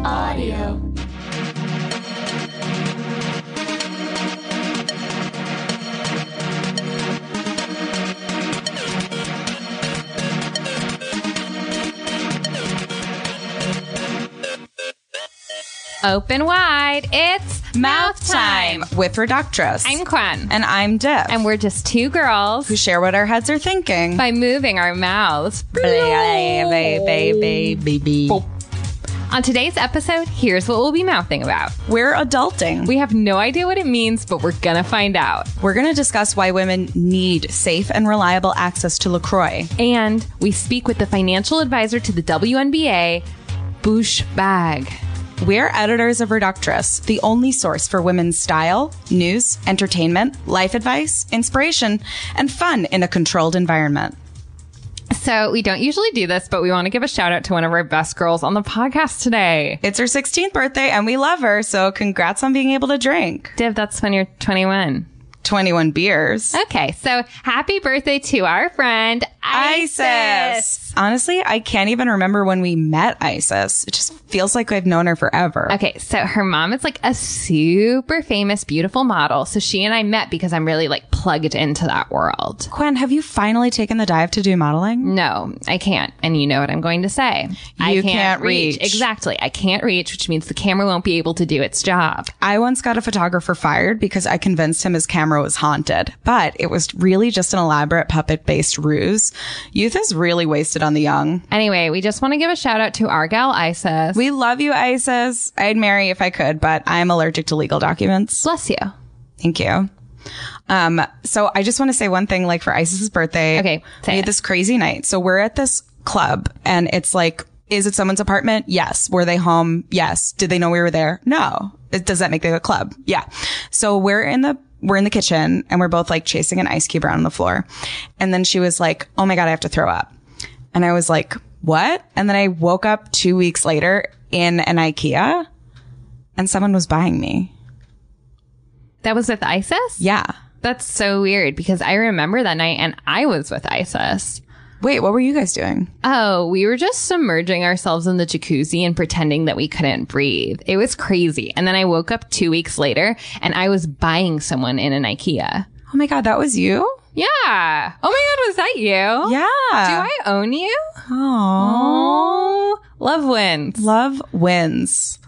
Radio. Open wide. It's mouth time. with Reductress. I'm Quan. and I'm Deb. And we're just two girls who share what our heads are thinking. by moving our mouths. Baby, baby. On today's episode, here's what we'll be mouthing about. We're adulting. We have no idea what it means, but we're gonna find out. We're going to discuss why women need safe and reliable access to LaCroix. And we speak with the financial advisor to the WNBA, Boosh Bag. We're editors of Reductress, the only source for women's style, news, entertainment, life advice, inspiration, and fun in a controlled environment. So we don't usually do this, but we want to give a shout out to one of our best girls on the podcast today. It's her 16th birthday and we love her, so congrats on being able to drink Div, that's when you're 21. 21 beers. Okay, so happy birthday to our friend Isis. Honestly, I can't even remember when we met Isis. It just feels like I've known her forever. Okay, so her mom is like a super famous, beautiful model. So she and I met because I'm really like plugged into that world. Gwen, have you finally taken the dive to do Mm. modeling? No, I can't. And you know what I'm going to say. I You can't reach. Exactly. I can't reach, which means the camera won't be able to do its job. I once got a photographer fired because I convinced him his camera was haunted, but it was really just an elaborate puppet based ruse. Youth is really wasted on the young. Anyway, we just want to give a shout out to our gal Isis. We love you, Isis. I'd marry if I could, but I'm allergic to legal documents. Bless you. Thank you. Um, so I just want to say one thing, like for Isis's birthday. Okay, say we it. had this crazy night. So we're at this club and it's like, is it someone's apartment? Yes. Were they home? Yes. Did they know we were there? No. It- Does that make it a club? Yeah. So we're in the, we're in the kitchen and we're both like chasing an ice cube around on the floor. And then she was like, Oh my God, I have to throw up. And I was like, what? And then I woke up two weeks later in an Ikea and someone was buying me. That was with Isis? Yeah. That's so weird because I remember that night and I was with Isis. Wait, what were you guys doing? Oh, we were just submerging ourselves in the jacuzzi and pretending that we couldn't breathe. It was crazy. And then I woke up two weeks later and I was buying someone in an IKEA. Oh my God, that was you? Yeah. Oh my God, was that you? Yeah. Yeah. Do I own you? Aww. Oh, love wins. Love wins.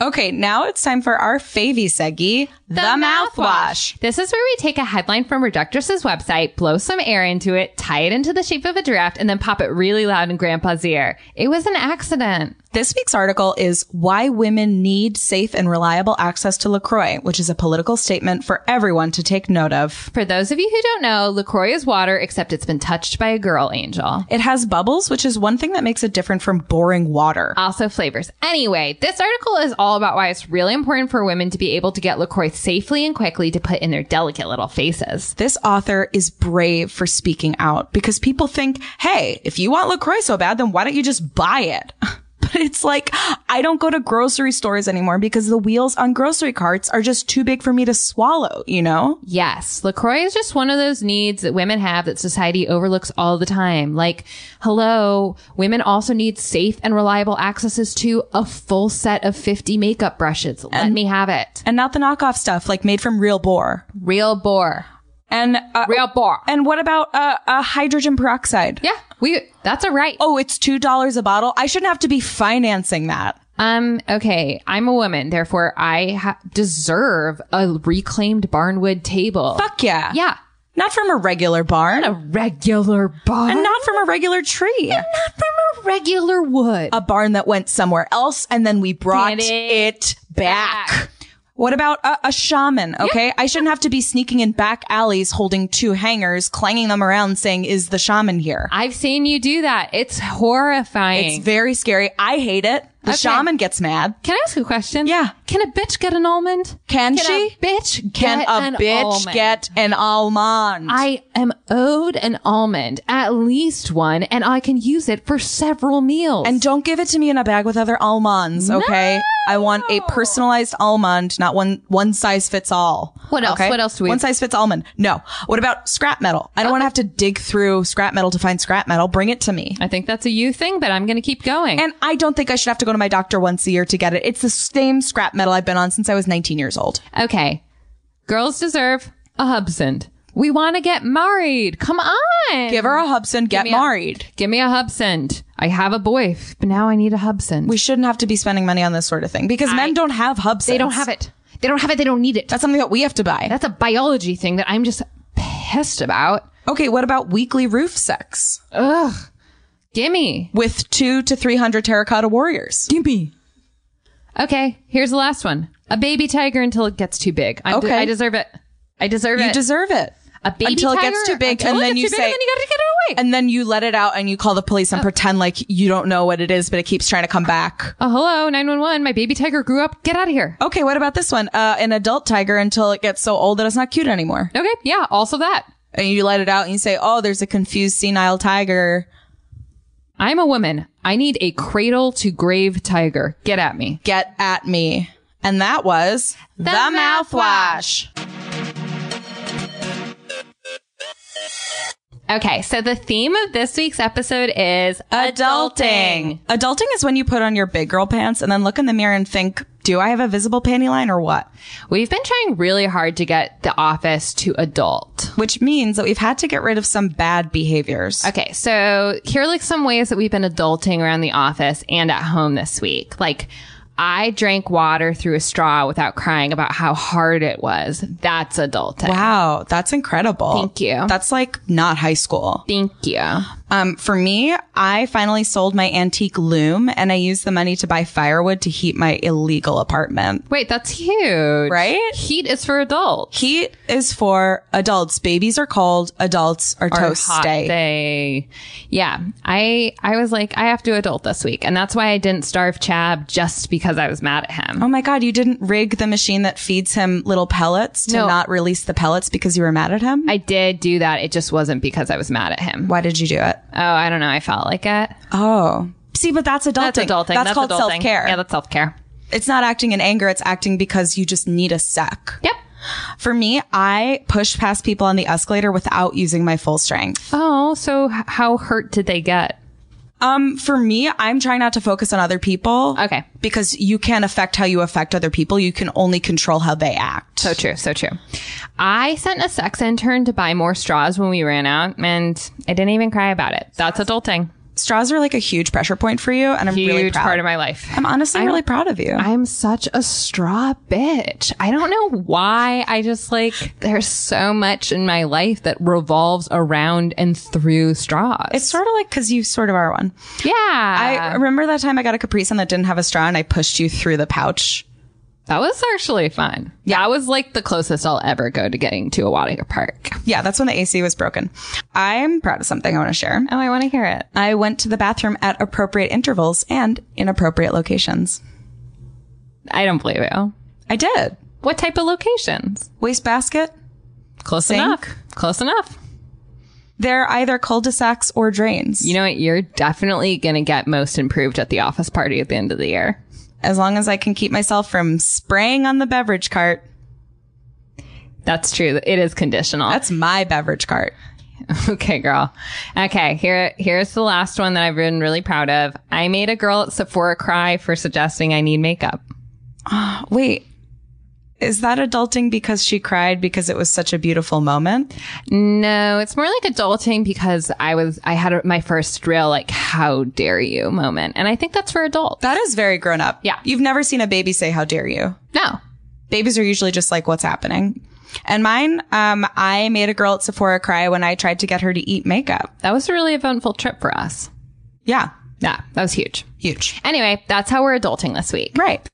Okay, now it's time for our favy seggy, the, mouthwash. This is where we take a headline from Reductress's website, blow some air into it, tie it into the shape of a giraffe, and then pop it really loud in Grandpa's ear. It was an accident. This week's article is Why Women Need Safe and Reliable Access to LaCroix, which is a political statement for everyone to take note of. For those of you who don't know, LaCroix is water, except it's been touched by a girl angel. It has bubbles, which is one thing that makes it different from boring water. also flavors. Anyway, this article is all about why it's really important for women to be able to get LaCroix safely and quickly to put in their delicate little faces. This author is brave for speaking out because people think, hey, if you want LaCroix so bad, then why don't you just buy it? But it's like, I don't go to grocery stores anymore because the wheels on grocery carts are just too big for me to swallow, you know? Yes, LaCroix is just one of those needs that women have that society overlooks all the time. Like, hello, women also need safe and reliable accesses to a full set of 50 makeup brushes. Let me have it. And not the knockoff stuff, like made from real boar. Real bore. And, uh, Real bore. and what about, uh, uh, hydrogen peroxide? Yeah, we, that's a right. Oh, it's $2 a bottle. I shouldn't have to be financing that. Um, okay, I'm a woman, therefore I ha- deserve a reclaimed barnwood table. Fuck yeah. Yeah. Not from a regular barn. A regular barn. and not from a regular tree. from a regular wood. a barn that went somewhere else and then we brought Brought it, it back. back. What about a, a shaman? Okay. I shouldn't have to be sneaking in back alleys holding two hangers, clanging them around saying, is the shaman here? I've seen you do that. It's horrifying. It's very scary. I hate it. The shaman gets mad. Can I ask a question? Yeah. Can a bitch get an almond? Can she? A bitch Can get a an bitch almond? get an almond? I am owed an almond, at least one, and I can use it for several meals. and don't give it to me in a bag with other almonds, okay? I want a personalized almond, not one one size fits all. What else? okay? What else do we- Uh-huh. One size fits almond. No. What about scrap metal? I don't want to have to dig through scrap metal to find scrap metal. Bring it to me. I think that's a you thing, but I'm going to keep going. And I don't think I should have to go to my doctor once a year to get it. It's the same scrap metal I've been on since I was 19 years old. okay. Girls deserve a Hubson. We want to get married. Come on. Give her a Hubson, get a- married. Give me a Hubson. I have a boy, but now I need a Hubson. we shouldn't have to be spending money on this sort of thing because men don't have Hubsons. they don't have it. They don't have it. They don't need it. That's something that we have to buy. That's a biology thing that I'm just pissed about. okay, what about weekly roof sex Ugh. Gimme. with two to 300 terracotta warriors? Gimme. Okay, here's the last one. A baby tiger until it gets too big. i Okay. I deserve it. I deserve it. You deserve it. a baby until it tiger gets too big, until and it then gets you too big, say- and then you gotta get it away. And then you let it out and you call the police and pretend like you don't know what it is, but it keeps trying to come back. oh, hello, 911. My baby tiger grew up. Get out of here. Okay, what about this one? Uh, an adult tiger until it gets so old that it's not cute anymore. Okay, yeah, also that. And you let it out and you say, oh, there's a confused senile tiger. I'm a woman. I need a cradle to grave tiger. Get at me. Get at me. And that was The, Mouthwash. Mouthwash. Okay, so the theme of this week's episode is adulting. Adulting is when you put on your big girl pants and then look in the mirror and think, do I have a visible panty line or what? We've been trying really hard to get the office to adult. Which means that we've had to get rid of some bad behaviors. Okay, so here are like some ways that we've been adulting around the office and at home this week. Like, I drank water through a straw without crying about how hard it was. That's adulting. Wow, that's incredible. Thank you. That's like not high school. Thank you. Um, for me, I finally sold my antique loom and I used the money to buy firewood to heat my illegal apartment. Wait, that's huge. Right? Heat is for adults. Heat is for adults. Babies are cold. Adults are, Or toast hot day. day. Yeah. I I was like, I have to adult this week. And that's why I didn't starve Chab just because I was mad at him. Oh my God, you didn't rig the machine that feeds him little pellets to No. not release the pellets because you were mad at him? I did do that. It just wasn't because I was mad at him. Why did you do it? Oh, I don't know. I felt like it. Oh. See, but that's adulting. That's adulting. That's, called adulting. self care. Yeah, that's self care. it's not acting in anger. It's acting because you just need a sec. Yep. For me, I pushed past people on the escalator without using my full strength. Oh, so h- how hurt did they get? Um, for me, I'm trying not to focus on other people. Okay. Because you can't affect how you affect other people. You can only control how they act. So true. So true. I sent a sex intern to buy more straws when we ran out, and I didn't even cry about it. That's adulting. straws are like a huge pressure point for you, and I'm Huge really proud. part of my life. I'm honestly really proud of you. I'm such a straw bitch. I don't know why. I just like, there's so much in my life that revolves around and through straws. it's sort of like because you sort of are one. yeah. I remember that time I got a Capri Sun that didn't have a straw, and I pushed you through the pouch. that was actually fun. Yeah. That was like the closest I'll ever go to getting to a water park. Yeah, that's when the AC was broken. I'm proud of something I want to share. Oh, I want to hear it. I went to the bathroom at appropriate intervals and inappropriate locations. I don't believe you. I did. What type of locations? Wastebasket. Close Sink. enough. Close enough. They're either cul-de-sacs or drains. You know what? You're definitely going to get most improved at the office party at the end of the year. as long as I can keep myself from spraying on the beverage cart. That's true. It is conditional. That's my beverage cart. Okay, girl. Okay, here here's the last one that I've been really proud of. I made a girl at Sephora cry for suggesting I need makeup. Wait. Is that adulting because she cried because it was such a beautiful moment? No, it's more like adulting because I was I had a, my first real like how dare you moment, and I think that's for adults. That is very grown up. Yeah. You've never seen a baby say, How dare you? No, babies are usually just like what's happening and mine um i made a girl at sephora cry when i tried to get her to eat makeup that was a really eventful trip for us. yeah Yeah, that was huge. huge Anyway, that's how we're adulting this week. right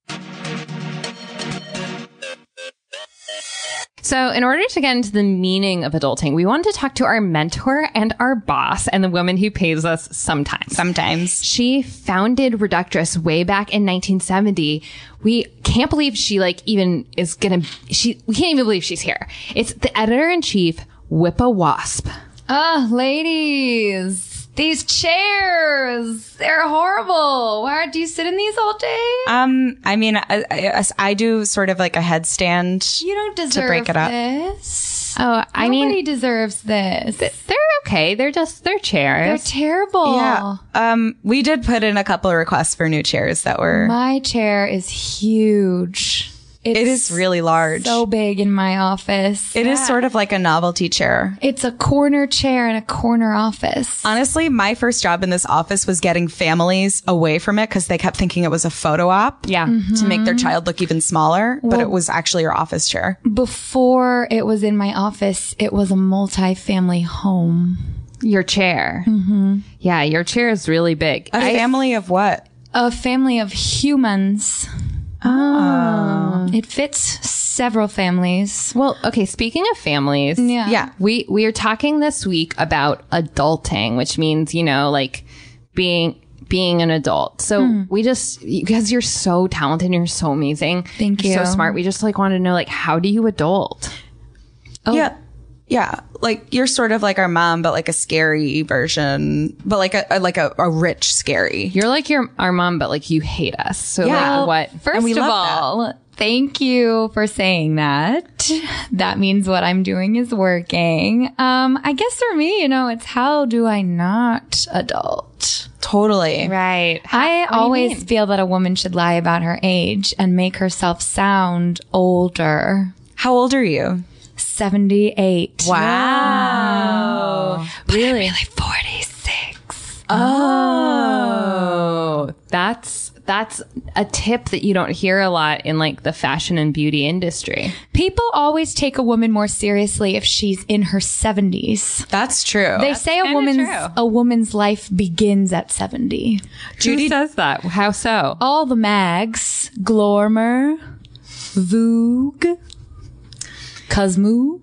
So, in order to get into the meaning of adulting, we wanted to talk to our mentor and our boss and the woman who pays us sometimes. Sometimes. She founded Reductress way back in 1970. We can't believe she like even is gonna, she, we can't even believe she's here. It's the editor in chief, Whippa Wasp. Ah, ladies, these chairs, they're horrible. Why do you sit in these all day? Uh, Um, I mean, I, I, I do sort of like a headstand. you don't deserve break it up. this. Oh, I Nobody mean, deserves this. they're okay. They're just, they're they're chairs. terrible. Yeah. Um, we did put in a couple of requests for new chairs that were. My chair is huge. It's it is really large. so big in my office. It is sort of like a novelty chair. it's a corner chair in a corner office. Honestly, my first job in this office was getting families away from it because they kept thinking it was a photo op yeah. Mm-hmm. to make their child look even smaller, but it was actually your office chair. Before it was in my office, it was a multi-family home. Your chair. Mm-hmm. Yeah. Your chair is really big. A family of what? A family of humans. Ah. Oh. It fits several families. Well, okay. Speaking of families. Yeah. Yeah. We we are talking this week about adulting, which means, you know, like being being an adult. So we just you guys you're so talented, and you're so amazing. Thank You're you. So smart. We just like want to know like how do you adult? Yeah. Yeah. Like you're sort of like our mom, but like a scary version, but like a, a- like a, a rich scary. You're like your our mom, but like you hate us. So Yeah. like what? First we of love all, thank you for saying that. That means what I'm doing is working. Um, I guess for me, you know, it's how do I not adult? Totally. Right. I always feel that a woman should lie about her age and make herself sound older. How old are you? 78. Wow. Really? really 46. Oh, that's that's a tip that you don't hear a lot in like the fashion and beauty industry. People always take a woman more seriously if she's in her 70s. That's true. They say a kinda woman's true. a woman's life begins at 70. Who says that? How so? all the mags, Glormer, Vogue, Cosmo.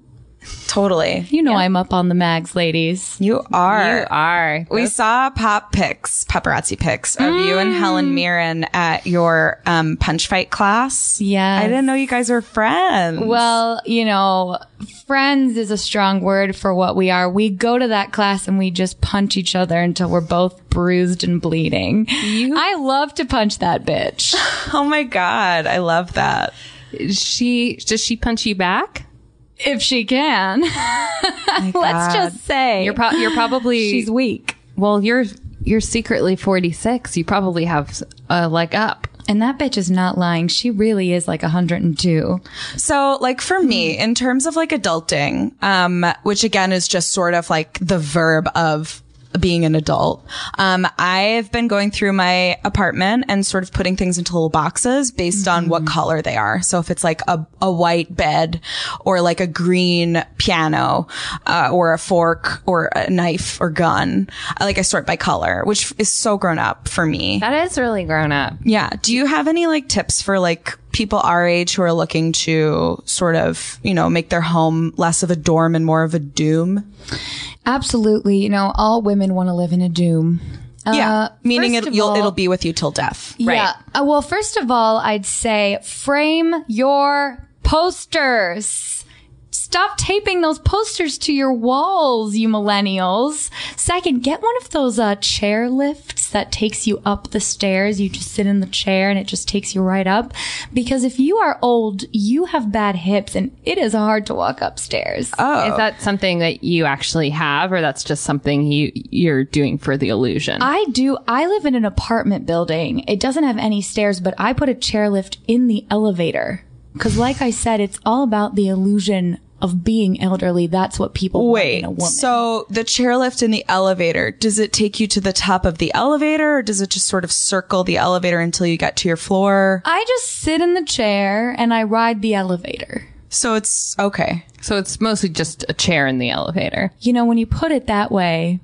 totally. You know I'm up on the mags, ladies. You are. You are. We saw pop pics, paparazzi pics of you and Helen Mirren at your um, punch fight class. Yes. I didn't know you guys were friends. Well, you know, friends is a strong word for what we are. We go to that class and we just punch each other until we're both bruised and bleeding. I love to punch that bitch. oh my God. I love that. she does she punch you back? if she can. God. Let's just say You're pro- you're probably she's weak. well. You're you're secretly 46. You probably have a leg up. And that bitch is not lying. She really is like 102. So, like for me, in terms of like adulting, um, which again is just sort of like the verb of being an adult, um, I've been going through my apartment and sort of putting things into little boxes based on what color they are. So if it's like a, a white bed or like a green piano, uh, or a fork or a knife or gun, I, like I sort by color, which is so grown up for me. That is really grown up. Yeah. Do you have any like tips for like people our age who are looking to sort of, you know, make their home less of a dorm and more of a doom? Absolutely. You know, all women want to live in a doom. Uh, yeah. Uh, Meaning it, first of you'll, all- it'll be with you till death. Right. Yeah. Uh, well, first of all, I'd say frame your posters. Stop taping those posters to your walls, you millennials. Second, get one of those uh, chair lifts that takes you up the stairs. You just sit in the chair and it just takes you right up. Because if you are old, you have bad hips and it is hard to walk upstairs. Is that something that you actually have, or that's just something you you're doing for the illusion? I do. I live in an apartment building. It doesn't have any stairs, but I put a chairlift in the elevator. Cause like I said, it's all about the illusion of being elderly. That's what people want in a Wait. woman. So the chairlift in the elevator, does it take you to the top of the elevator or does it just sort of circle the elevator until you get to your floor? I just sit in the chair and I ride the elevator. So it's okay. so it's mostly just a chair in the elevator. You know, when you put it that way,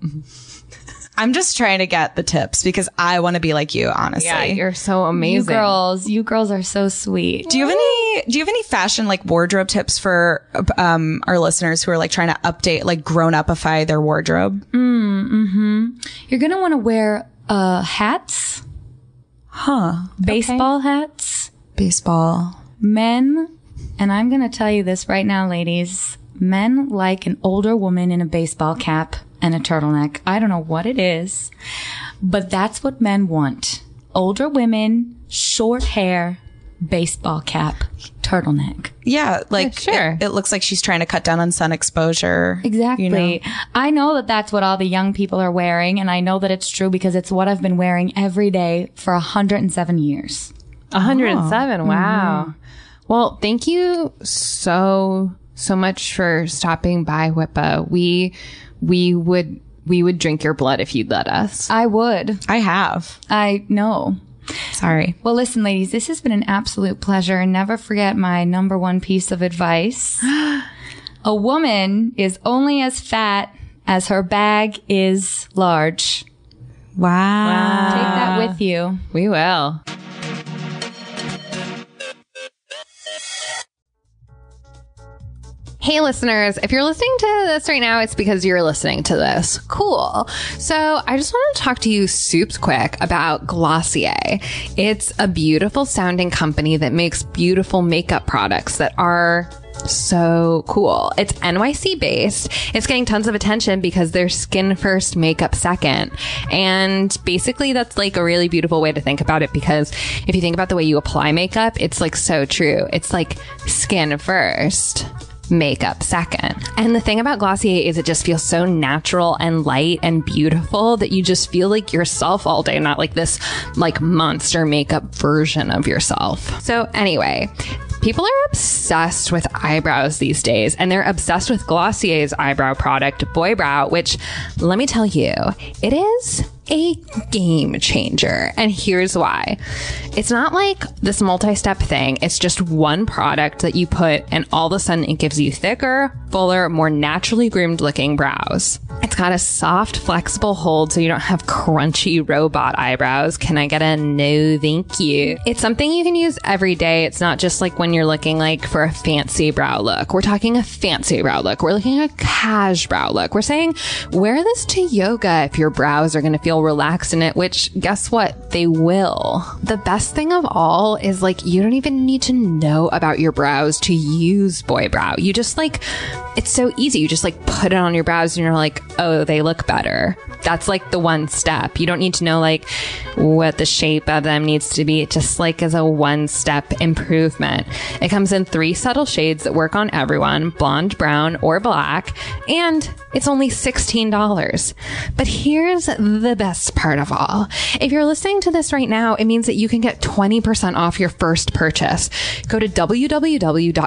I'm just trying to get the tips because I want to be like you, honestly. Yeah, you're so You amazing. girls, you girls are so sweet. do you have any do you have any fashion like wardrobe tips for um our listeners who are like trying to update like grown upify their wardrobe? You're gonna want to wear uh hats, Huh. baseball hats, Baseball. men. And I'm gonna tell you this right now, ladies. Men like an older woman in a baseball cap and a turtleneck. I don't know what it is, but that's what men want. Older women, short hair, baseball cap, turtleneck. Yeah, like sure. It, it looks like she's trying to cut down on sun exposure. Exactly. know? I know that that's what all the young people are wearing, and I know that it's true because it's what I've been wearing every day for 107 years. Oh. 107. Wow. Well, thank you so so much for stopping by Whippa. We we would we would drink your blood if you'd let us. I would. I have. I know. Sorry. Well, listen, ladies, this has been an absolute pleasure, and never forget my number one piece of advice. A woman is only as fat as her bag is large. wow. Take that with you. We will. Hey, listeners, if you're listening to this right now, it's because you're listening to this. Cool. So, I just wanted to talk to you soups quick about Glossier. It's a beautiful sounding company that makes beautiful makeup products that are so cool. It's NYC based. It's getting tons of attention because they're skin first, makeup second. And basically, that's like a really beautiful way to think about it because if you think about the way you apply makeup, it's like so true. It's like skin first. Makeup second. And the thing about Glossier is it just feels so natural and light and beautiful that you just feel like yourself all day, not like this like monster makeup version of yourself. So, anyway, People are obsessed with eyebrows these days, and they're obsessed with Glossier's eyebrow product, Boy Brow, which, let me tell you, it is a game changer. And here's why it's not like this multi step thing, it's just one product that you put, and all of a sudden it gives you thicker, fuller, more naturally groomed looking brows. It's got a soft, flexible hold so you don't have crunchy robot eyebrows. Can I get a no thank you? It's something you can use every day. It's not just like when you're looking like for a fancy brow look. We're talking a fancy brow look. We're looking at a cash brow look. We're saying wear this to yoga if your brows are going to feel relaxed in it, which guess what? They will. The best thing of all is like you don't even need to know about your brows to use Boy Brow. You just like it's so easy. You just like put it on your brows and you're like, oh, they look better. That's like the one step. You don't need to know like what the shape of them needs to be. It just like is a one step improvement. It comes in three subtle shades that work on everyone blonde, brown, or black. And it's only $16. But here's the best part of all. If you're listening to this right now, it means that you can get 20% off your first purchase. Go to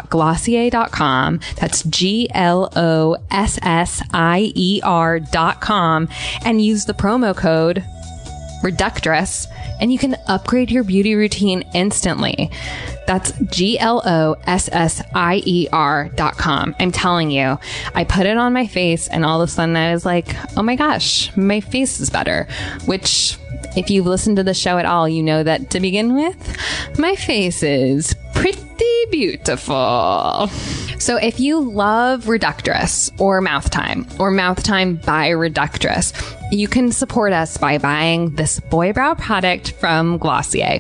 www.glossier.com. That's G L O S S I E R.com and use the promo code Reductress, and you can upgrade your beauty routine instantly. That's G L O S S I E R dot com. I'm telling you, I put it on my face, and all of a sudden I was like, oh my gosh, my face is better. Which, if you've listened to the show at all, you know that to begin with, my face is pretty beautiful. So if you love Reductress or Mouth Time or Mouth Time by Reductress, you can support us by buying this boy brow product from Glossier.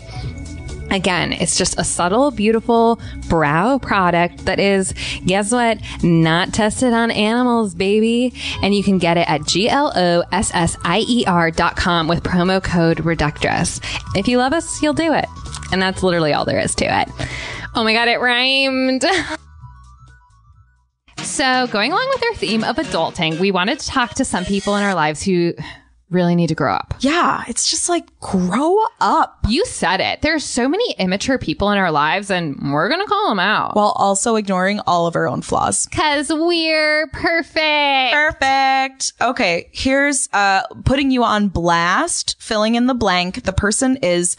Again, it's just a subtle, beautiful brow product that is, guess what? Not tested on animals, baby. And you can get it at G-L-O-S-S-I-E-R E dot com with promo code Reductress. If you love us, you'll do it. And that's literally all there is to it. Oh my God, it rhymed. So, going along with our theme of adulting, we wanted to talk to some people in our lives who really need to grow up. Yeah, it's just like grow up You said it. There's so many immature people in our lives, and we're going to call them out. while also ignoring all of our own flaws. Because we're perfect. Perfect. Okay, here's uh putting you on blast, filling in the blank. The person is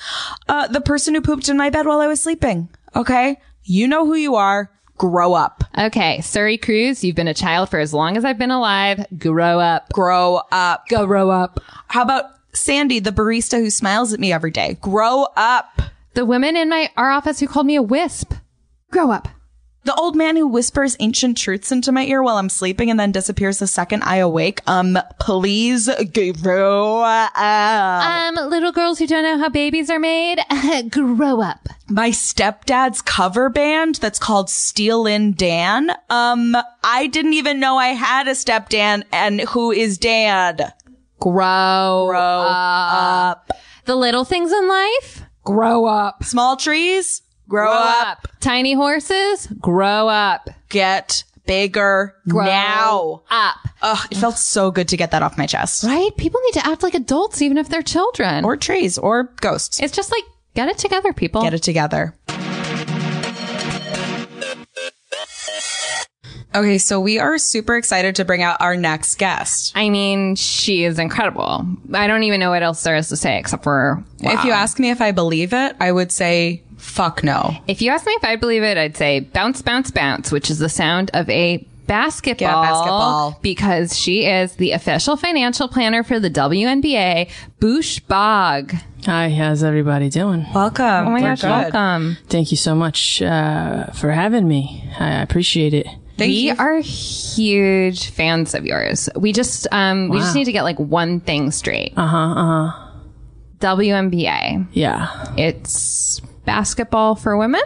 uh the person who pooped in my bed while I was sleeping. Okay? You know who you are. Grow up. Okay, Surrey Cruz, you've been a child for as long as I've been alive. Grow up. Grow up. Grow up. How about Sandy, the barista who smiles at me every day? Grow up. The women in my our office who called me a wisp. Grow up. The old man who whispers ancient truths into my ear while I'm sleeping and then disappears the second I awake. Um, please grow up. Um, little girls who don't know how babies are made, grow up. My stepdad's cover band that's called Steel in Dan. Um, I didn't even know I had a stepdan and who is Dan? Grow. Grow up. The little things in life, grow up. Small trees, grow, Grow up. up. Tiny horses, grow up. Get bigger Grow now. up. Ugh, it felt so good to get that off my chest. Right? People need to act like adults even if they're children. Or trees or ghosts. it's just like get it together, people. Get it together. Okay, so we are super excited to bring out our next guest. I mean, she is incredible. I don't even know what else there is to say except for wow. If you ask me if I believe it, I would say fuck no. If you asked me if I believe it, I'd say bounce, bounce, bounce, which is the sound of a basketball. Yeah, basketball. Because she is the official financial planner for the WNBA, Boosh Bog. Oh Hi, how's everybody doing? Welcome. Oh my gosh, welcome. Thank you so much uh, for having me. I appreciate it. Thank we you. are huge fans of yours. We just um we just need to get like one thing straight. Uh Uh-huh, huh. Uh huh. WNBA. Yeah, It's basketball for women.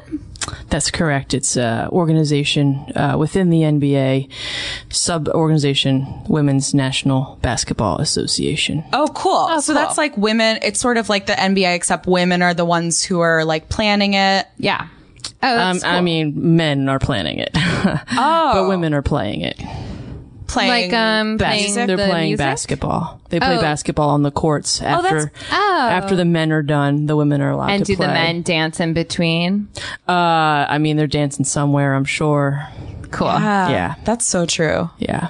that's correct. It's an organization uh, within the NBA, sub organization, Women's National Basketball Association. Oh, cool. so cool. that's like women. It's sort of like the NBA, except women are the ones who are like planning it. Yeah. Oh, that's Um, I cool. mean, men are planning it, but women are playing it. Playing. like um playing They're the playing music? basketball. They play Oh. basketball on the courts after that's- oh. after the men are done. The women are allowed And to do play. the men dance in between? Uh, I mean, they're dancing somewhere. I'm sure. Cool. yeah, That's so true. yeah.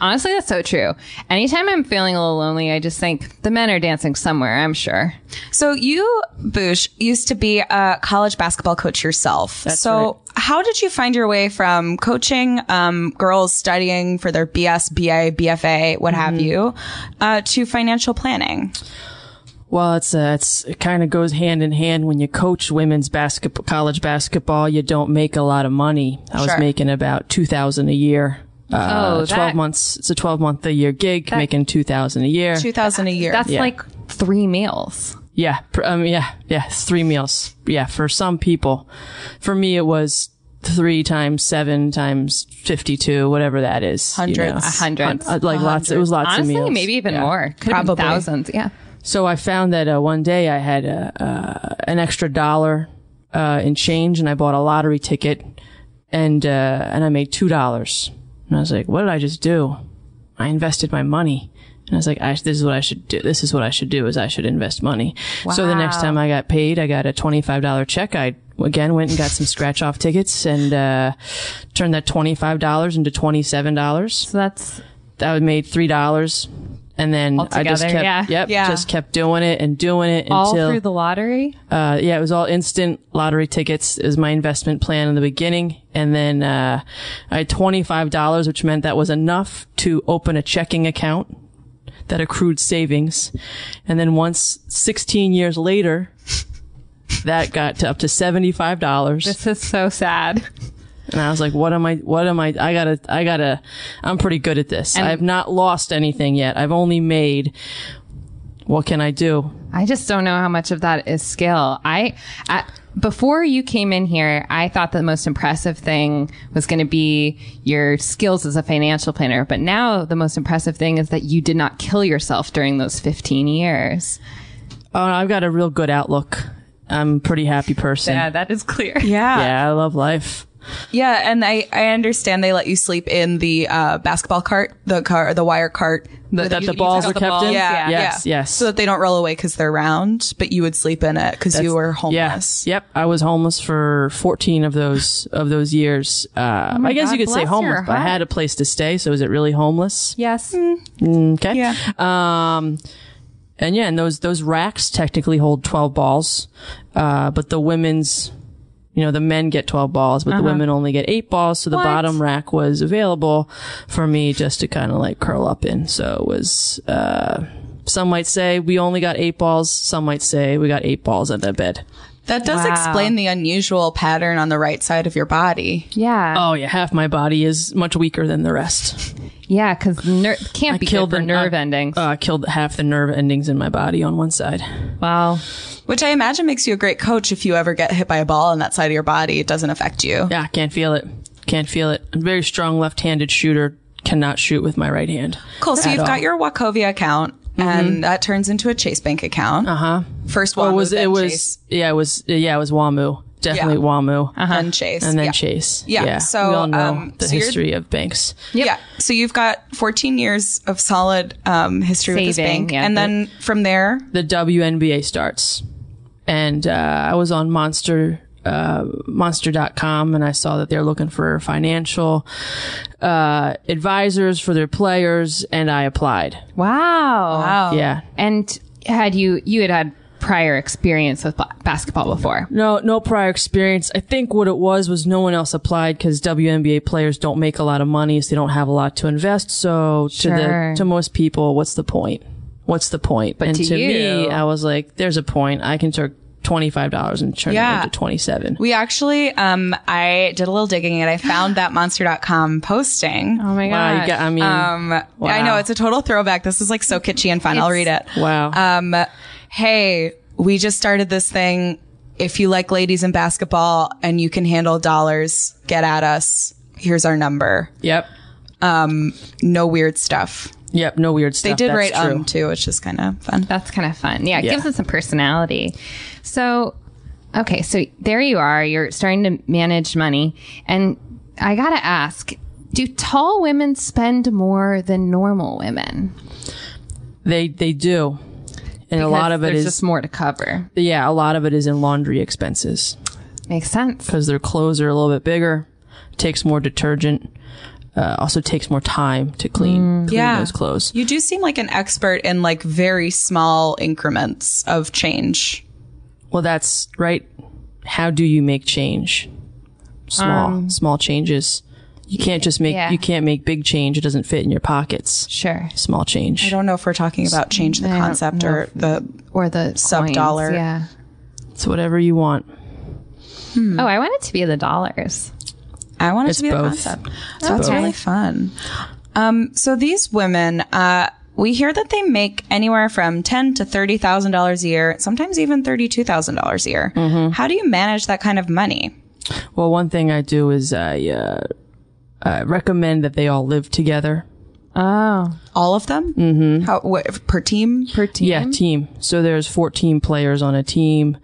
Honestly, that's so true. Anytime I'm feeling a little lonely, I just think the men are dancing somewhere, I'm sure. So you, Boosh, used to be a college basketball coach yourself. so how did you find your way from coaching um, girls studying for their BS, BA, BFA, what have Mm-hmm. you, uh, to financial planning? Well, it's uh, it's it kind of goes hand in hand when you coach women's basketball, college basketball. You don't make a lot of money. I Sure. was making about two thousand a year. Uh, Oh, that- twelve months. It's a twelve month a year gig, making two thousand a year. Two thousand a year. That's like three meals. Yeah, pr- um, yeah, yeah. It's three meals. Yeah, for some people, for me it was three times seven times fifty-two, whatever that is. you know. Hundreds. A hundreds. Hun- uh, like lots. It was lots Honestly, of meals. maybe even Yeah. more. Could have been Probably. thousands. Yeah. So I found that uh, one day I had uh, uh, an extra dollar uh, in change, and I bought a lottery ticket, and uh, and I made two dollars. And I was like, "What did I just do? I invested my money." And I was like, I, "This is what I should do. This is what I should do. Is I should invest money." So the next time I got paid, I got a twenty-five dollar check. I again went and got some scratch-off tickets and uh, turned that twenty-five dollars into twenty-seven dollars So that's that would made three dollars and then I just Altogether, kept yeah. yep Yeah. just kept doing it and doing it all until through the lottery. uh, yeah it was all instant lottery tickets is my investment plan in the beginning and then uh, I had twenty five dollars which meant that was enough to open a checking account that accrued savings and then once sixteen years later that got to up to seventy five dollars This is so sad. and I was like, what am I, what am I, I gotta, I gotta, I'm pretty good at this. I've not lost anything yet. I've only made, what can I do? I just don't know how much of that is skill. I, I before you came in here, I thought the most impressive thing was going to be your skills as a financial planner, but now the most impressive thing is that you did not kill yourself during those 15 years. Oh, I've got a real good outlook. I'm a pretty happy person. Yeah, that is clear. yeah. Yeah, I love life. Yeah, and I I understand they let you sleep in the uh, basketball cart, the car, the wire cart. with that you- the you balls took the are kept in? Yeah, Yes, yeah. yes. So that they don't roll away because they're round, but you would sleep in it because you were homeless. Yes. Yep. I was homeless for 14 of those, of those years. Uh, I guess Oh God, you could say bless homeless, your but I heart. had a place to stay. So is it really homeless? Mm, Yes. Okay. Yeah. Um, and yeah, and those those racks technically hold twelve balls, uh, but the women's You know, the men get 12 balls, Uh-huh. but the women only get eight balls. So the bottom rack was available for me just to kind of like curl up in. So it was, uh, some might say we only got eight balls. Some might say we got eight balls at that bed. That does explain the unusual pattern on the right side of your body. Yeah. Oh yeah, half my body is much weaker than the rest. Yeah, because ner- can't be killed killed good for the- nerve I- endings. Uh, killed half the nerve endings in my body on one side. wow. Which I imagine makes you a great coach if you ever get hit by a ball on that side of your body. It doesn't affect you. Yeah, can't feel it. Can't feel it. I'm a very strong left-handed shooter. Cannot shoot with my right hand. Cool. So At you've all. Mm-hmm. got your Wachovia account, and that turns into a Chase Bank account. Uh huh. First one It Uh-huh. was it was Chase, yeah it was yeah it was Wamu definitely Yeah. Wamu then Chase, Uh-huh. and then yeah. Chase. Yeah, so, we all know um, the so you're- history of banks. Yeah. So you've got 14 years of solid um, history with this Saving, bank, yeah, and then from there, the WNBA starts. And uh, I was on Monster uh, Monster.com and I saw that they're looking for financial uh, advisors for their players, and I applied. Wow. Wow. Yeah, And had you you had had prior experience with ba- basketball before? no, no prior experience. I think what it was was no one else applied because WNBA players don't make a lot of money, so they don't have a lot to invest. So to Sure. the to most people, what's the point? What's the point? But and to to, you- me, I was like, there's a point. I can take twenty five dollars and turn Yeah. it into twenty seven. we actually, um, I did a little digging, and I found that Monster.com posting. Oh my Wow, you god. got- I mean, Um, I know it's a total throwback. This is like so kitschy and fun. I'll read it. wow. Um, hey, we just started this thing. If you like ladies in basketball and you can handle dollars, get at us. Here's our number. Um, yep. No weird stuff. Yep. No weird stuff. They did That's write true. um too, which is kind of fun. That's kind of fun. Yeah, it Yeah. gives it some personality. So, okay, so there you are. You're starting to manage money, and I gotta ask: Do tall women spend more than normal women? They they do, and a lot of it There's is just more to cover. yeah. A lot of it is in laundry expenses Makes sense. because their clothes are a little bit bigger, takes more detergent, uh, also takes more time to clean, clean Mm, Yeah. those clothes. You do seem like an expert in like very small increments of change. Well, that's right. How do you make change? Small Um, small changes. You can't just make yeah. you can't make big change. It doesn't fit in your pockets. Sure. Small change. I don't know if we're talking about change the don't concept know or if- the Or the Sub coins, dollar. Yeah. It's whatever you want. Hmm. Oh, I want it to be the dollars. I want it It's to be a both. concept. So that's really fun. Um, so these women, uh, we hear that they make anywhere from ten to thirty thousand dollars a year, sometimes even thirty-two thousand dollars a year. Mm-hmm. How do you manage that kind of money? Well, one thing I do is I uh, uh, recommend that they all live together. Oh, All of them? Mm-hmm. How what, per team? per team. Yeah, team. So there's 14 players on a team.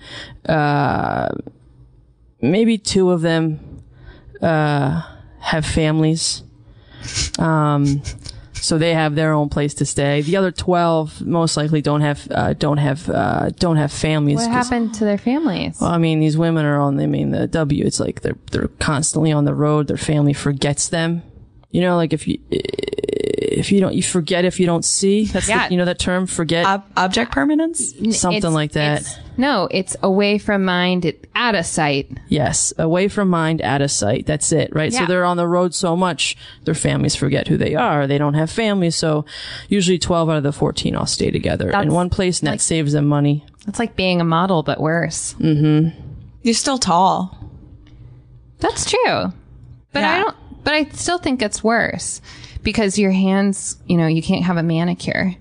Uh, maybe two of them uh, have families. Um, so they have their own place to stay. The other 12 most likely don't have uh, don't have uh, don't have families. What 'cause- happened to their families? I mean, these women are on. I mean, the W. It's like they're they're constantly on the road. Their family forgets them. You know, like if you if you don't you forget if you don't see. That's Yeah. Um, the, you know that term forget Ob- object permanence? something It's- like that. it's- no, it's away from mind, it, out of sight. Yes, away from mind, out of sight. That's it, right? Yeah. So they're on the road so much, their families forget who they are. They don't have families, so usually twelve out of the fourteen all stay together in one place, and that saves them money. It's like being a model, but worse. You're still tall. That's true. But I Yeah. don't, but I still think it's worse because your hands, you know, you can't have a manicure.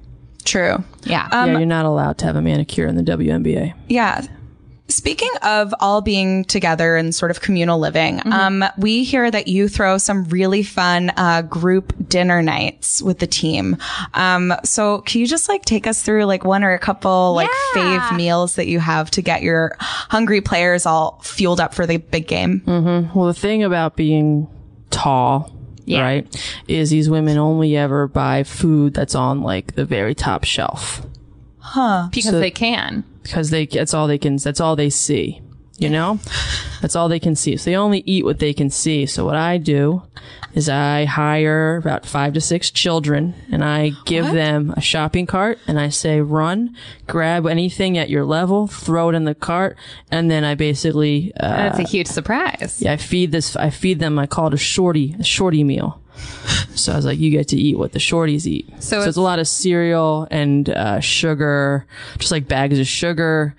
True. Yeah. yeah, you're not allowed to have a manicure in the WNBA. Yeah. Speaking of all being together and sort of communal living, um, we hear that you throw some really fun uh, group dinner nights with the team. Um, so can you just like take us through like one or a couple like fave meals that you have to get your hungry players all fueled up for the big game? Well, the thing about being tall, right, is these women only ever buy food that's on like the very top shelf because they can. because they that's all they can that's all they see. You know, that's all they can see. So they only eat what they can see. So what I do is I hire about five to six children and I give them a shopping cart and I say, run, grab anything at your level, throw it in the cart. And then I basically, uh, That's a huge surprise. I feed this, I feed them, I call it a shorty, a shorty meal. So I was like, you get to eat what the shorties eat. So, it's, it's- a lot of cereal and uh, sugar, just like bags of sugar,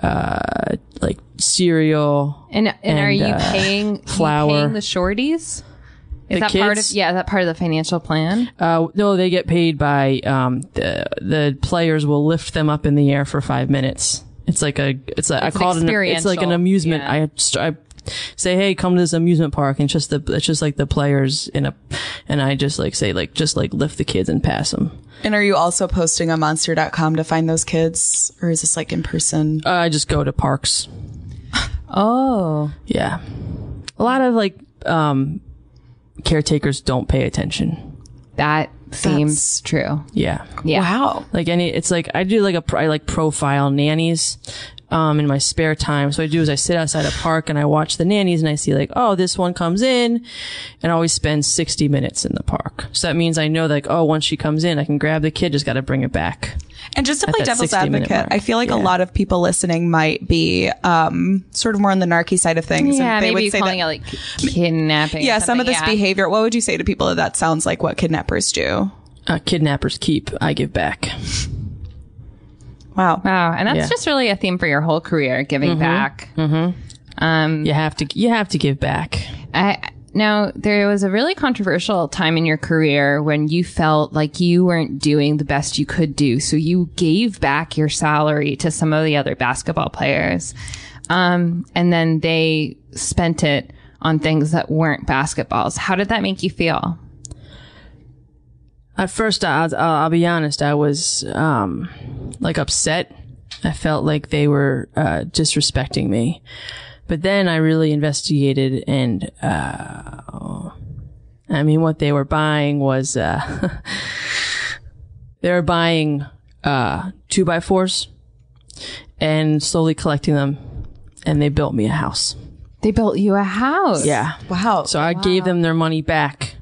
uh, like cereal. And, and are And, you uh, paying you flour. paying the shorties? Is The that part of kids? yeah? Is that part of the financial plan? Uh, no, they get paid by um, the the players will lift them up in the air for five minutes. It's like a it's a I an call it an, it's like experiential, an amusement. yeah. I, st- I say hey, come to this amusement park, and it's just the it's just like the players in a, and I just like say like just like lift the kids and pass them. And are you also posting on monster.com to find those kids? Or is this like in person? Uh, I just go to parks. Oh, Yeah, a lot of like um, caretakers don't pay attention. that seems true. Yeah, Yeah. Wow. like any it's like i do like a pr- i like profile nannies um in my spare time so what i do is i sit outside a park and i watch the nannies and i see like oh this one comes in and I always spend 60 minutes in the park so that means i know like oh once she comes in i can grab the kid just got to bring it back And just to play that devil's 60 minute advocate, mark. I feel like a lot of people listening might be um, sort of more on the narky side of things. Yeah, and they maybe would you're say calling that, it like kidnapping. or yeah, some of something, this yeah. behavior. What would you say to people that that sounds like what kidnappers do? uh, kidnappers keep i give back Wow. Wow, Oh, and that's Yeah. just really a theme for your whole career, giving back. you have to you have to give back I now there was a really controversial time in your career when you felt like you weren't doing the best you could do, so you gave back your salary to some of the other basketball players, um, and then they spent it on things that weren't basketballs. How did that make you feel? At first, I- I'll, I'll be honest, I was um, like upset. I felt like they were uh, disrespecting me. But then I really investigated, and uh, I mean, what they were buying was uh, they were buying uh, two by fours and slowly collecting them, and they built me a house. They built you a house. Yeah. Wow. So I gave them their money back,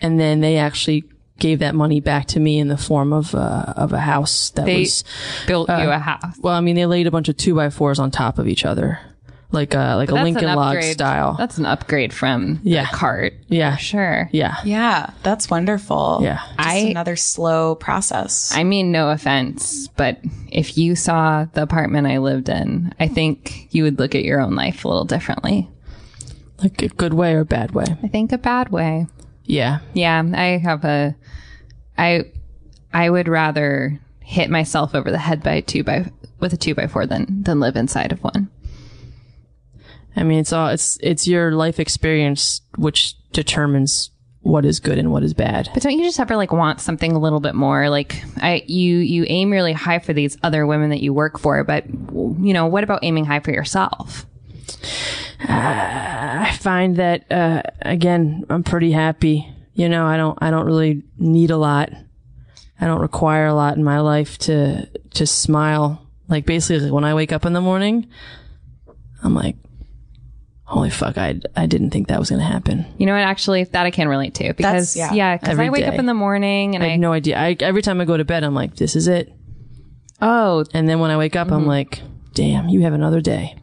and then they actually gave that money back to me in the form of uh, of a house that They was. built Uh, you a house. Well, I mean, they laid a bunch of two by fours on top of each other, like a like a That's Lincoln an log upgrade. style. That's an upgrade from Yeah. a cart. yeah, Sure. yeah, yeah, that's wonderful. Yeah. Just I- another slow process. I mean, no offense, but if you saw the apartment I lived in, I think you would look at your own life a little differently. like a good way or a bad way. I think a bad way. Yeah, Yeah, I have a, I, I would rather hit myself over the head by a two by with a two by four than than live inside of one. I mean, it's all it's it's your life experience which determines what is good and what is bad. But don't you just ever like want something a little bit more? Like I, you, you aim really high for these other women that you work for, but you know, what about aiming high for yourself? I find that uh, again, I'm pretty happy. You know, I don't I don't really need a lot. I don't require a lot in my life to to smile. Like basically, like, when I wake up in the morning, I'm like, holy fuck, I I didn't think that was gonna happen. You know what? Actually, that I can relate to because yeah. yeah, because Every I wake day. up in the morning and I I, have no idea. I every time I go to bed, I'm like, this is it. oh, And then when I wake up, I'm like, damn, you have another day.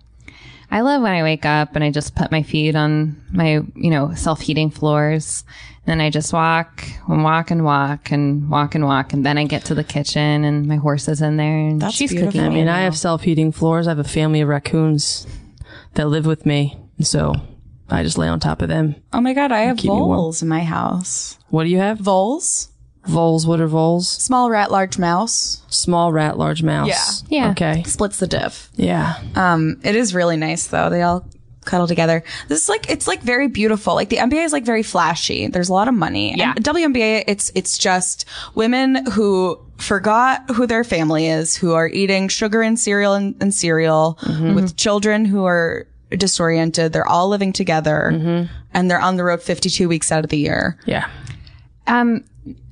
I love when I wake up and I just put my feet on my you know self heating floors, and then I just walk and walk and walk and walk and walk, and then I get to the kitchen and my horse is in there and she's beautiful. cooking. I mean, I have self heating floors. I have a family of raccoons that live with me, so I just lay on top of them. oh my God, I have me warm. voles in my house. What do you have? Voles? Voles, what are voles? Small rat, large mouse. Small rat, large mouse. Yeah. Yeah. Okay. Splits the diff. Yeah. Um, it is really nice though. They all cuddle together. This is like it's like very beautiful. Like the NBA is like very flashy. There's a lot of money. Yeah. And WNBA, it's it's just women who forgot who their family is, who are eating sugar and cereal and, and cereal with children who are Mm-hmm. disoriented. They're all living together and they're on the road 52 weeks out of the year. Yeah. Um,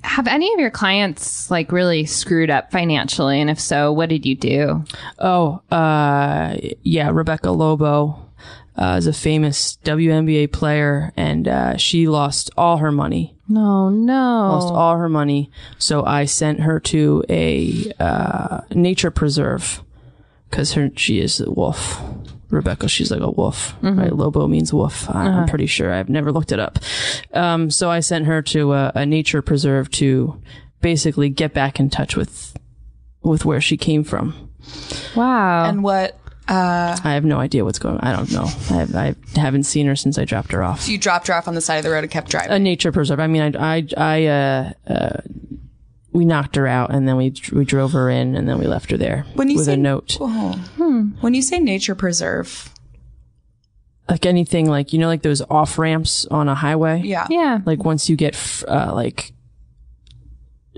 have any of your clients like really screwed up financially? And if so, what did you do? Oh, uh, yeah, Rebecca Lobo uh, is a famous WNBA player, and uh, she lost all her money. No, no. Lost all her money. So I sent her to a uh, nature preserve because her she is a wolf. Rebecca, she's like a wolf, right? Lobo means wolf. I, I'm pretty sure. I've never looked it up. Um, so I sent her to a, a nature preserve to basically get back in touch with with where she came from. Wow. And what I have no idea what's going on. I don't know. I, have, I haven't seen her since I dropped her off. you dropped her off on the side of the road and kept driving? A nature preserve. I mean, I, I, I, uh, uh, we knocked her out and then we, we drove her in and then we left her there When you with say- a note. Oh. When you say nature preserve, Like anything like, you know, like those off ramps on a highway. yeah, yeah. Like once you get, f- uh, like,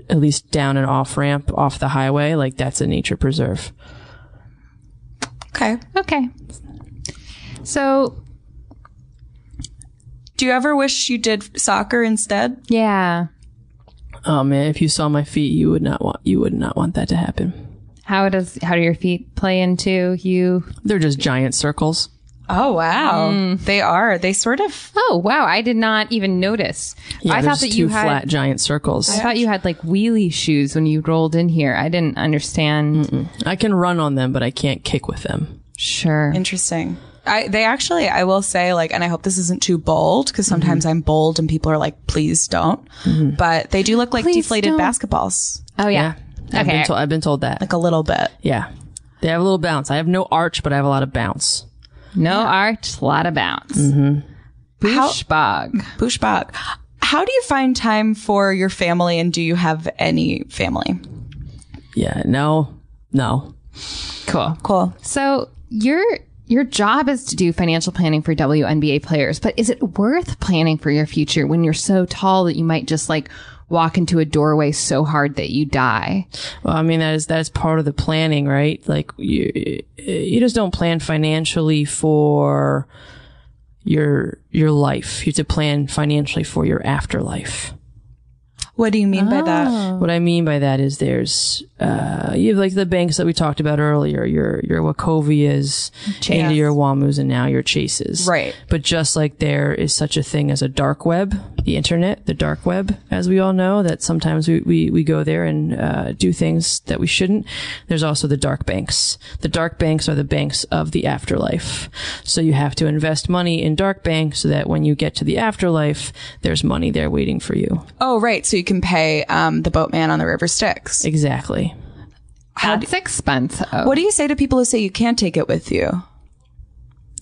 at least down an off ramp off the highway, like that's a nature preserve. okay. Okay. So Do you ever wish you did soccer instead? yeah, Oh man, if you saw my feet, you would not want, you would not want that to happen. how does how do your feet play into you? They're just giant circles. Oh wow, they are. They sort of. Oh wow, I did not even notice. I they're thought just that two you had flat giant circles. I thought you had like wheelie shoes when you rolled in here. I didn't understand. I can run on them, but I can't kick with them. Sure. Interesting. I, they actually, I will say, like, and I hope this isn't too bold because sometimes I'm bold and people are like, please don't. But they do look like deflated basketballs, Oh yeah. I've Okay. been, told, I've been told that. like a little bit. Yeah. They have a little bounce. I have no arch, but I have a lot of bounce. No arch, lot of bounce. Bush bog. Push back. How do you find time for your family and do you have any family? Yeah. No, no. Cool. Cool. So your your job is to do financial planning for WNBA players, but is it worth planning for your future when you're so tall that you might just like walk into a doorway so hard that you die? Well, I mean, that is, that is part of the planning, right? Like you, you just don't plan financially for your, your life. You have to plan financially for your afterlife. What do you mean by that? What I mean by that is there's uh, you have like the banks that we talked about earlier, your your Wachovias into your Wamus and now your Chases. Right. But just like there is such a thing as a dark web, the internet, the dark web, as we all know, that sometimes we, we, we go there and uh, do things that we shouldn't. There's also the dark banks. The dark banks are the banks of the afterlife. So you have to invest money in dark banks so that when you get to the afterlife, there's money there waiting for you. Oh, right. So you can pay um, the boatman on the River Styx. Exactly. That's expensive. What do you say to people who say you can't take it with you?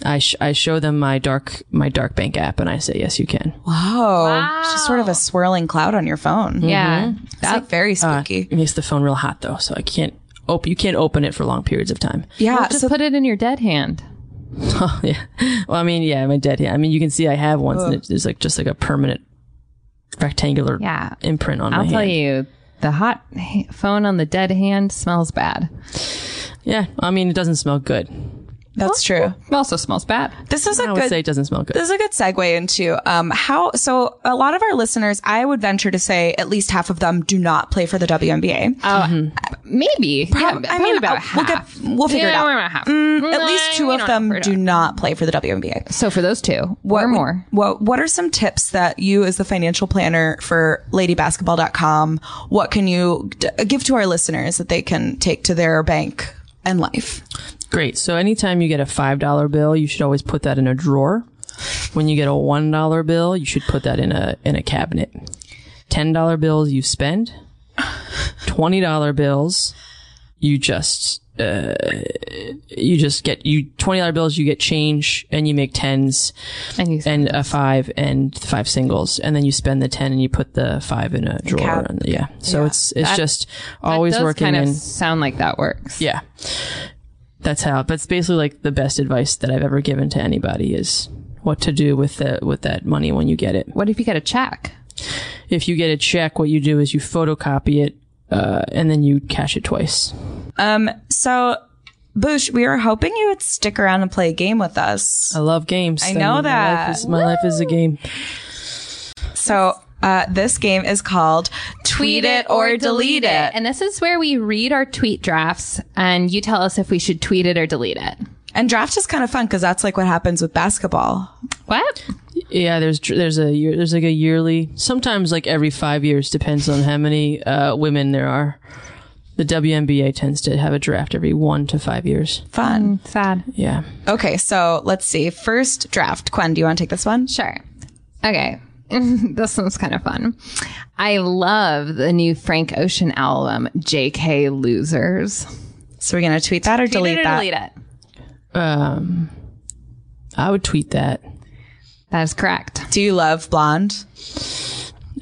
I, sh- I show them my dark my dark bank app and I say yes you can. Oh, it's just sort of a swirling cloud on your phone. yeah. It's like very spooky. It makes the phone real hot though, so I can't op- you can't open it for long periods of time. Oh, yeah. Just So put it in your dead hand. yeah. Well, I mean, yeah, my dead hand. I mean, you can see I have one, and it's, it's like just like a permanent rectangular Yeah. imprint on I'll my tell hand. you, the hot ha- phone on the dead hand smells bad. Yeah, I mean, it doesn't smell good. that's true. It also smells bad. This is a I would good say it doesn't smell good. This is a good segue into um, how. So, a lot of our listeners, I would venture to say, at least half of them do not play for the WNBA. Maybe. yeah, Um, probably about uh, we'll, half. get, we'll figure yeah, it we're out. about half. Mm, At least two of them do not play for the WNBA. So for those two, or would- more. What What are some tips that you, as the financial planner for LadyBasketball.com, what can you d- give to our listeners that they can take to their bank and life? Great. So anytime you get a five dollar bill, you should always put that in a drawer. When you get a one dollar bill, you should put that in a in a cabinet. Ten dollar bills you spend. Twenty dollar bills you just uh, you just get you twenty dollar bills you get change and you make tens And you and a five and five singles and then you spend the ten and you put the five in a drawer cab. and yeah so it's it's just always does working kind of in sound like that works. yeah. That's how that's basically like the best advice that I've ever given to anybody is what to do with the with that money when you get it. What if you get a check? If you get a check, what you do is you photocopy it uh, and then you cash it twice. So, Boosh, we are hoping you would stick around and play a game with us. I love games. know I mean, My, life that. is, my life is a game. So Uh, this game is called Tweet It or Delete It. And this is where we read our tweet drafts and you tell us if we should tweet it or delete it. And draft is kind of fun because that's like what happens with basketball. What? Yeah, there's dr- there's a year there's like a yearly sometimes like every five years depends on how many uh, women there are. The WNBA tends to have a draft every one to five years. Fun. Sad. Yeah, Mm. Okay, so let's see. First draft. Quen, do you want to take this one? Sure. Okay. this one's kind of fun. I love the new Frank Ocean album, JK Losers. So we're gonna tweet that or delete Tweet it or that. delete it. um, I would tweet that. That is correct. Do you love Blonde?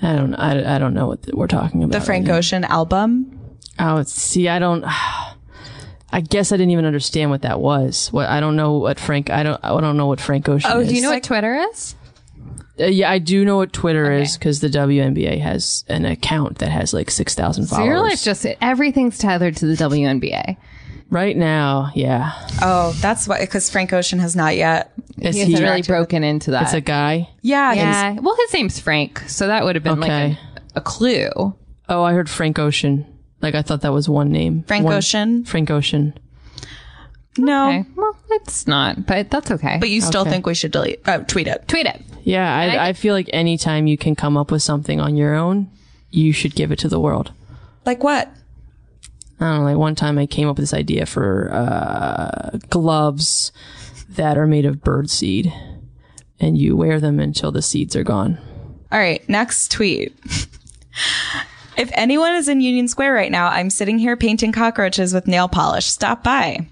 I don't I, I don't know what we're talking about. The Frank Ocean album. Oh, it's- see, I don't. I guess I didn't even understand what that was. What I don't know what Frank. I don't. I don't know what Frank Ocean is. Oh, do you know what Twitter is? Uh, yeah, I do know what Twitter is because the WNBA has an account that has like six thousand followers. You're like just everything's tethered to the WNBA. right now, yeah, Oh, that's why because Frank Ocean has not yet. it's, He hasn't really broken into that. it's a guy. Yeah, he's- yeah. Well, his name's Frank, so that would have been like Okay. a, a clue. Oh, I heard Frank Ocean. Like I thought that was one name. Frank One- Ocean. Frank Ocean. No, Okay. Well, it's not, but that's okay. but you still think we should delete? Uh, tweet it. tweet it. Yeah, I, I feel like anytime you can come up with something on your own, you should give it to the world. Like what? I don't know, like one time I came up with this idea for uh, gloves that are made of bird seed and you wear them until the seeds are gone. All right, next tweet. if anyone is in Union Square right now, I'm sitting here painting cockroaches with nail polish. Stop by.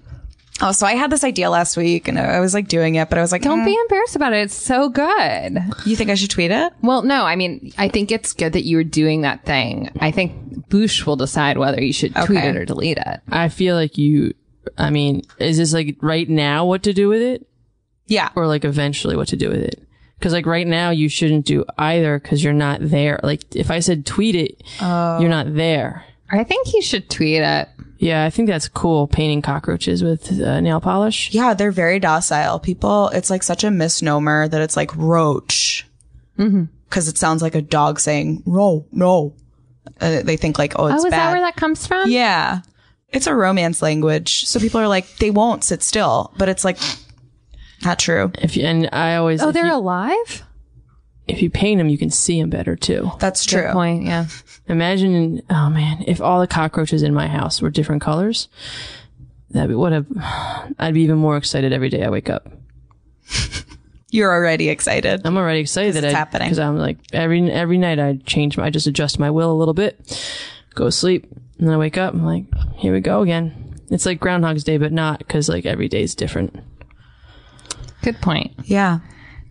Oh, so I had this idea last week and I was like doing it, but I was like, Don't "Mm, be embarrassed about it. It's so good. you think I should tweet it? Well, no, I mean, I think it's good that you were doing that thing. I think Boosh will decide whether you should tweet Okay. it or delete it. I feel like you, I mean, is this like right now what to do with it Yeah. or like eventually what to do with it? Because like right now you shouldn't do either because you're not there. Like if I said tweet it, you're not there. I think you should tweet it. Yeah, I think that's cool painting cockroaches with uh, nail polish. Yeah, they're very docile. People, it's like such a misnomer that it's like roach. Mm-hmm. Because it sounds like a dog saying, no, no. Uh, they think like, oh, it's Oh, is bad. that where that comes from? yeah. It's a romance language. So people are like, they won't sit still. But it's like, not true. If you, and I always Oh, if, they're you, alive? if you paint them, you can see them better too. That's true. Point, yeah. Imagine, oh man, if all the cockroaches in my house were different colors, that'd be what a. I'd be even more excited every day I wake up. You're already excited. I'm already excited that it's I- happening. because I'm like every every night I change my, I just adjust my will a little bit, go sleep, and then I wake up. I'm like, here we go again. It's like Groundhog's Day, but not because like every day is different. Good point. Yeah.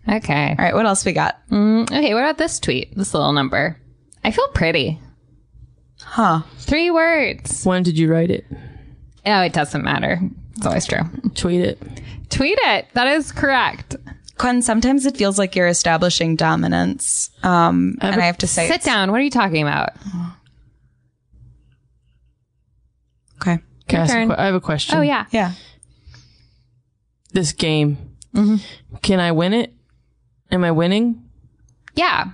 Okay. All right. What else we got? Okay, what about this tweet? This little number. I feel pretty. Huh. Three words. When did you write it? Oh, it doesn't matter. It's always true. Tweet it. Tweet it. That is correct. Quinn, sometimes it feels like you're establishing dominance. Um, and I have to say, Uh, Sit down. What are you talking about? okay. Can I, ask a turn. que- I have a question. Oh, yeah. Yeah. This game, Mm-hmm. can I win it? Am I winning? Yeah.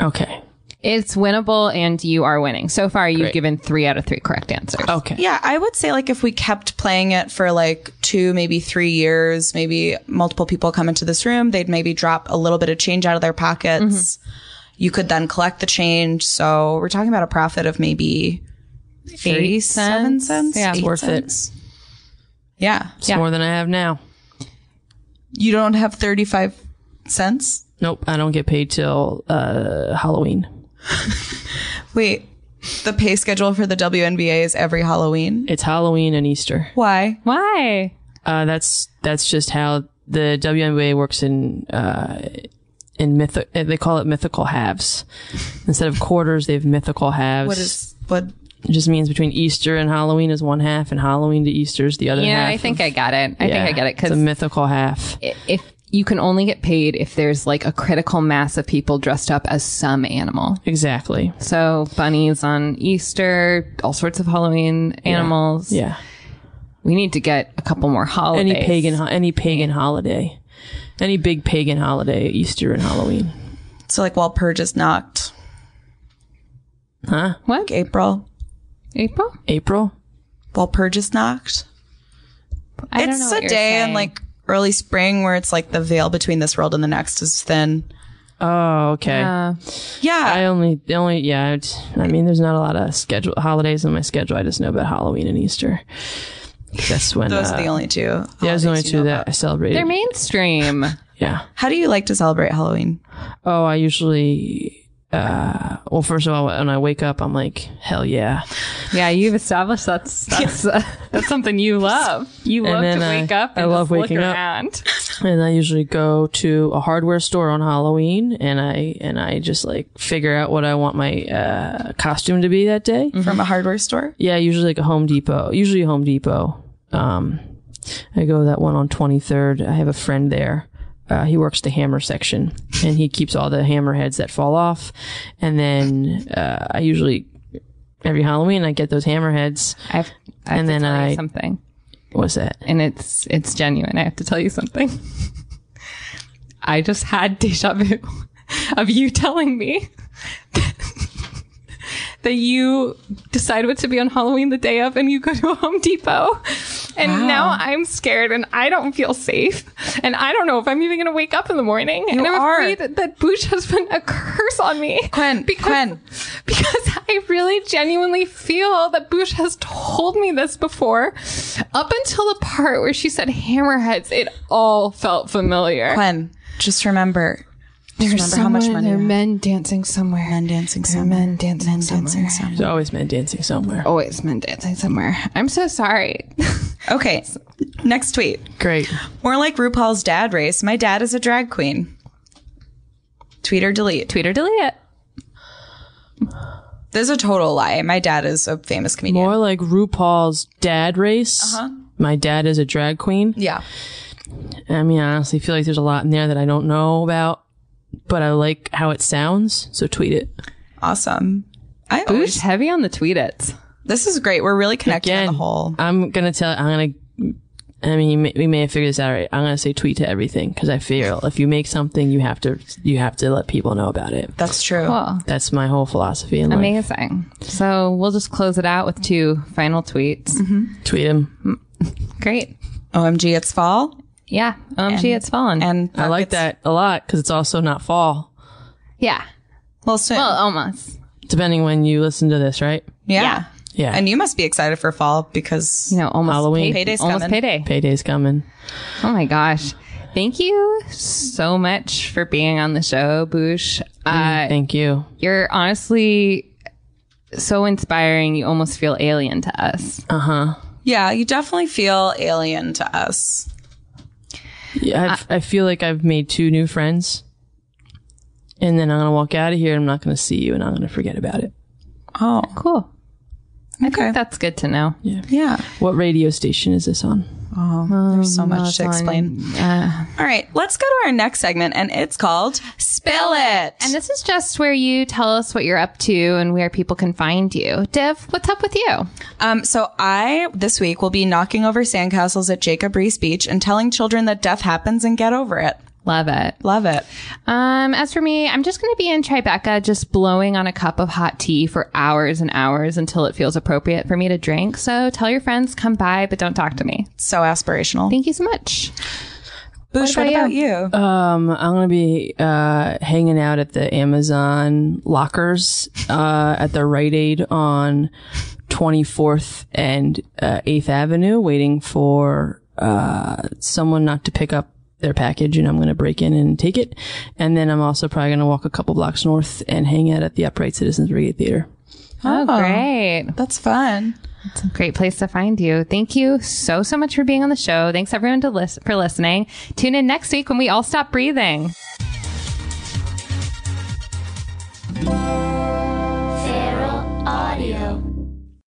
Okay. It's winnable and you are winning. So far, you've Great. Oh, given three out of three correct answers. Okay. Yeah, I would say like if we kept playing it for like two, maybe three years, maybe multiple people come into this room, they'd maybe drop a little bit of change out of their pockets. Mm-hmm. You could then collect the change. So we're talking about a profit of maybe eighty-seven cents? cents. Yeah. Eight worth cents. Yeah, It's more than I have now. you don't have thirty-five cents. Nope, I don't get paid till uh, Halloween. Wait, the pay schedule for the WNBA is every Halloween. It's Halloween and Easter. Why? Why? Uh, that's that's just how the WNBA works in uh, in myth. uh, They call it mythical halves. Instead of quarters, they have mythical halves. What is what? it just means between Easter and Halloween is one half, and Halloween to Easter is the other Yeah, half. I think I got it. I think I get it it's a because mythical half. if you can only get paid if there's like a critical mass of people dressed up as some animal. Exactly. So bunnies on Easter, all sorts of Halloween animals. Yeah. We need to get a couple more holidays. Any pagan, ho- any pagan holiday, any big pagan holiday, Easter and Halloween. So like while Purge is knocked. Huh? What? April. April? April? While Purge is knocked. I don't know it's what a you're day in saying. like early spring where it's like the veil between this world and the next is thin. Oh, okay. Uh, Yeah. I only, the only, yeah. it's- I mean, there's not a lot of schedule holidays in my schedule. I just know about Halloween and Easter. That's when those uh, are the only two. yeah, those are the only holidays you two know that about. I celebrated. they're mainstream. yeah. How do you like to celebrate Halloween? Oh, I usually. Uh, well, first of all, when I wake up, I'm like, hell yeah. yeah, you've established that's that's uh, that's something you love. You And love to then I- wake up. I And love just look waking up. around. and I usually go to a hardware store on Halloween, and I and I just like figure out what I want my uh, costume to be that day. From a hardware store? Yeah, usually like a Home Depot. Usually Home Depot. Um, I go to that one on 23rd. I have a friend there. Uh, he works the hammer section, and he keeps all the hammer heads that fall off. And then uh, I usually every Halloween I get those hammer heads. I've, I have And to then tell you I- something, What's that? and it's it's genuine. I have to tell you something. I just had deja vu of you telling me that you decide what to be on Halloween the day of, and you go to a Home Depot. And now I'm scared, and I don't feel safe, and I don't know if I'm even going to wake up in the morning. and I'm are. afraid that, that Boosh has been a curse on me. Quinn, because Quinn. because I really genuinely feel that Bush has told me this before. Up until the part where she said hammerheads, it all felt familiar. Gwen, just remember. Just remember how Someone- much money there you are have. men dancing somewhere. Men dancing There are somewhere. Men dancing Men somewhere. dancing somewhere. There's always men dancing somewhere. Always men dancing somewhere. I'm so sorry. Okay. Next tweet. Great. More like RuPaul's dad race. My dad is a drag queen. Tweet or delete. Tweet or delete it. This is a total lie. My dad is a famous comedian. More like RuPaul's dad race. My dad is a drag queen. Yeah. I mean, I honestly feel like there's a lot in there that I don't know about, but I like how it sounds, so tweet it. Awesome. I Boosh always, heavy on the tweet it. this is great. We're really connecting on Again, the whole. I'm gonna tell. I'm gonna. I mean, you may- we may have figured this out right. I'm gonna say tweet to everything because I feel if you make something, you have to you have to let people know about it. That's true. That's my whole philosophy in life. Amazing. So we'll just close it out with two final tweets. tweet them. Great. OMG, it's fall. Yeah. OMG, it's fallen. And I like that a lot because it's also not fall, yeah. Well, soon. Well, almost. depending when you listen to this, right? yeah. yeah. Yeah, And you must be excited for fall because You know, almost Halloween. Payday's almost coming. payday. payday's coming. Oh my gosh. Thank you so much for being on the show, Boosh. Uh, Thank you. you're honestly so inspiring. You almost feel alien to us. Uh huh. yeah, you definitely feel alien to us. Yeah, I've, I feel like I've made two new friends, and then I'm gonna walk out of here. and I'm not gonna see you, and I'm gonna forget about it. Oh, Cool. okay. That's good to know. Yeah. What radio station is this on? Oh, there's so much to explain. All right, let's go to our next segment, and it's called Spill It. And this is just where you tell us what you're up to and where people can find you. Div, what's up with you? Um, so I this week will be knocking over sandcastles at Jacob Reese Beach and telling children that death happens and get over it. Love it. Love it. Um, as for me, I'm just going to be in Tribeca, just blowing on a cup of hot tea for hours and hours until it feels appropriate for me to drink. So tell your friends, come by, but don't talk to me. So aspirational. Thank you so much. Boosh, what about you? Um, I'm gonna be uh, hanging out at the Amazon lockers uh, at the Rite Aid on 24th and uh, 8th Avenue, waiting for uh, someone not to pick up their package, and I'm gonna break in and take it. And then I'm also probably gonna walk a couple blocks north and hang out at the Upright Citizens Brigade Theater. Oh, great. That's fun. It's a great place to find you. Thank you so, so much for being on the show. Thanks everyone to lis- for listening. Tune in next week when we all stop breathing.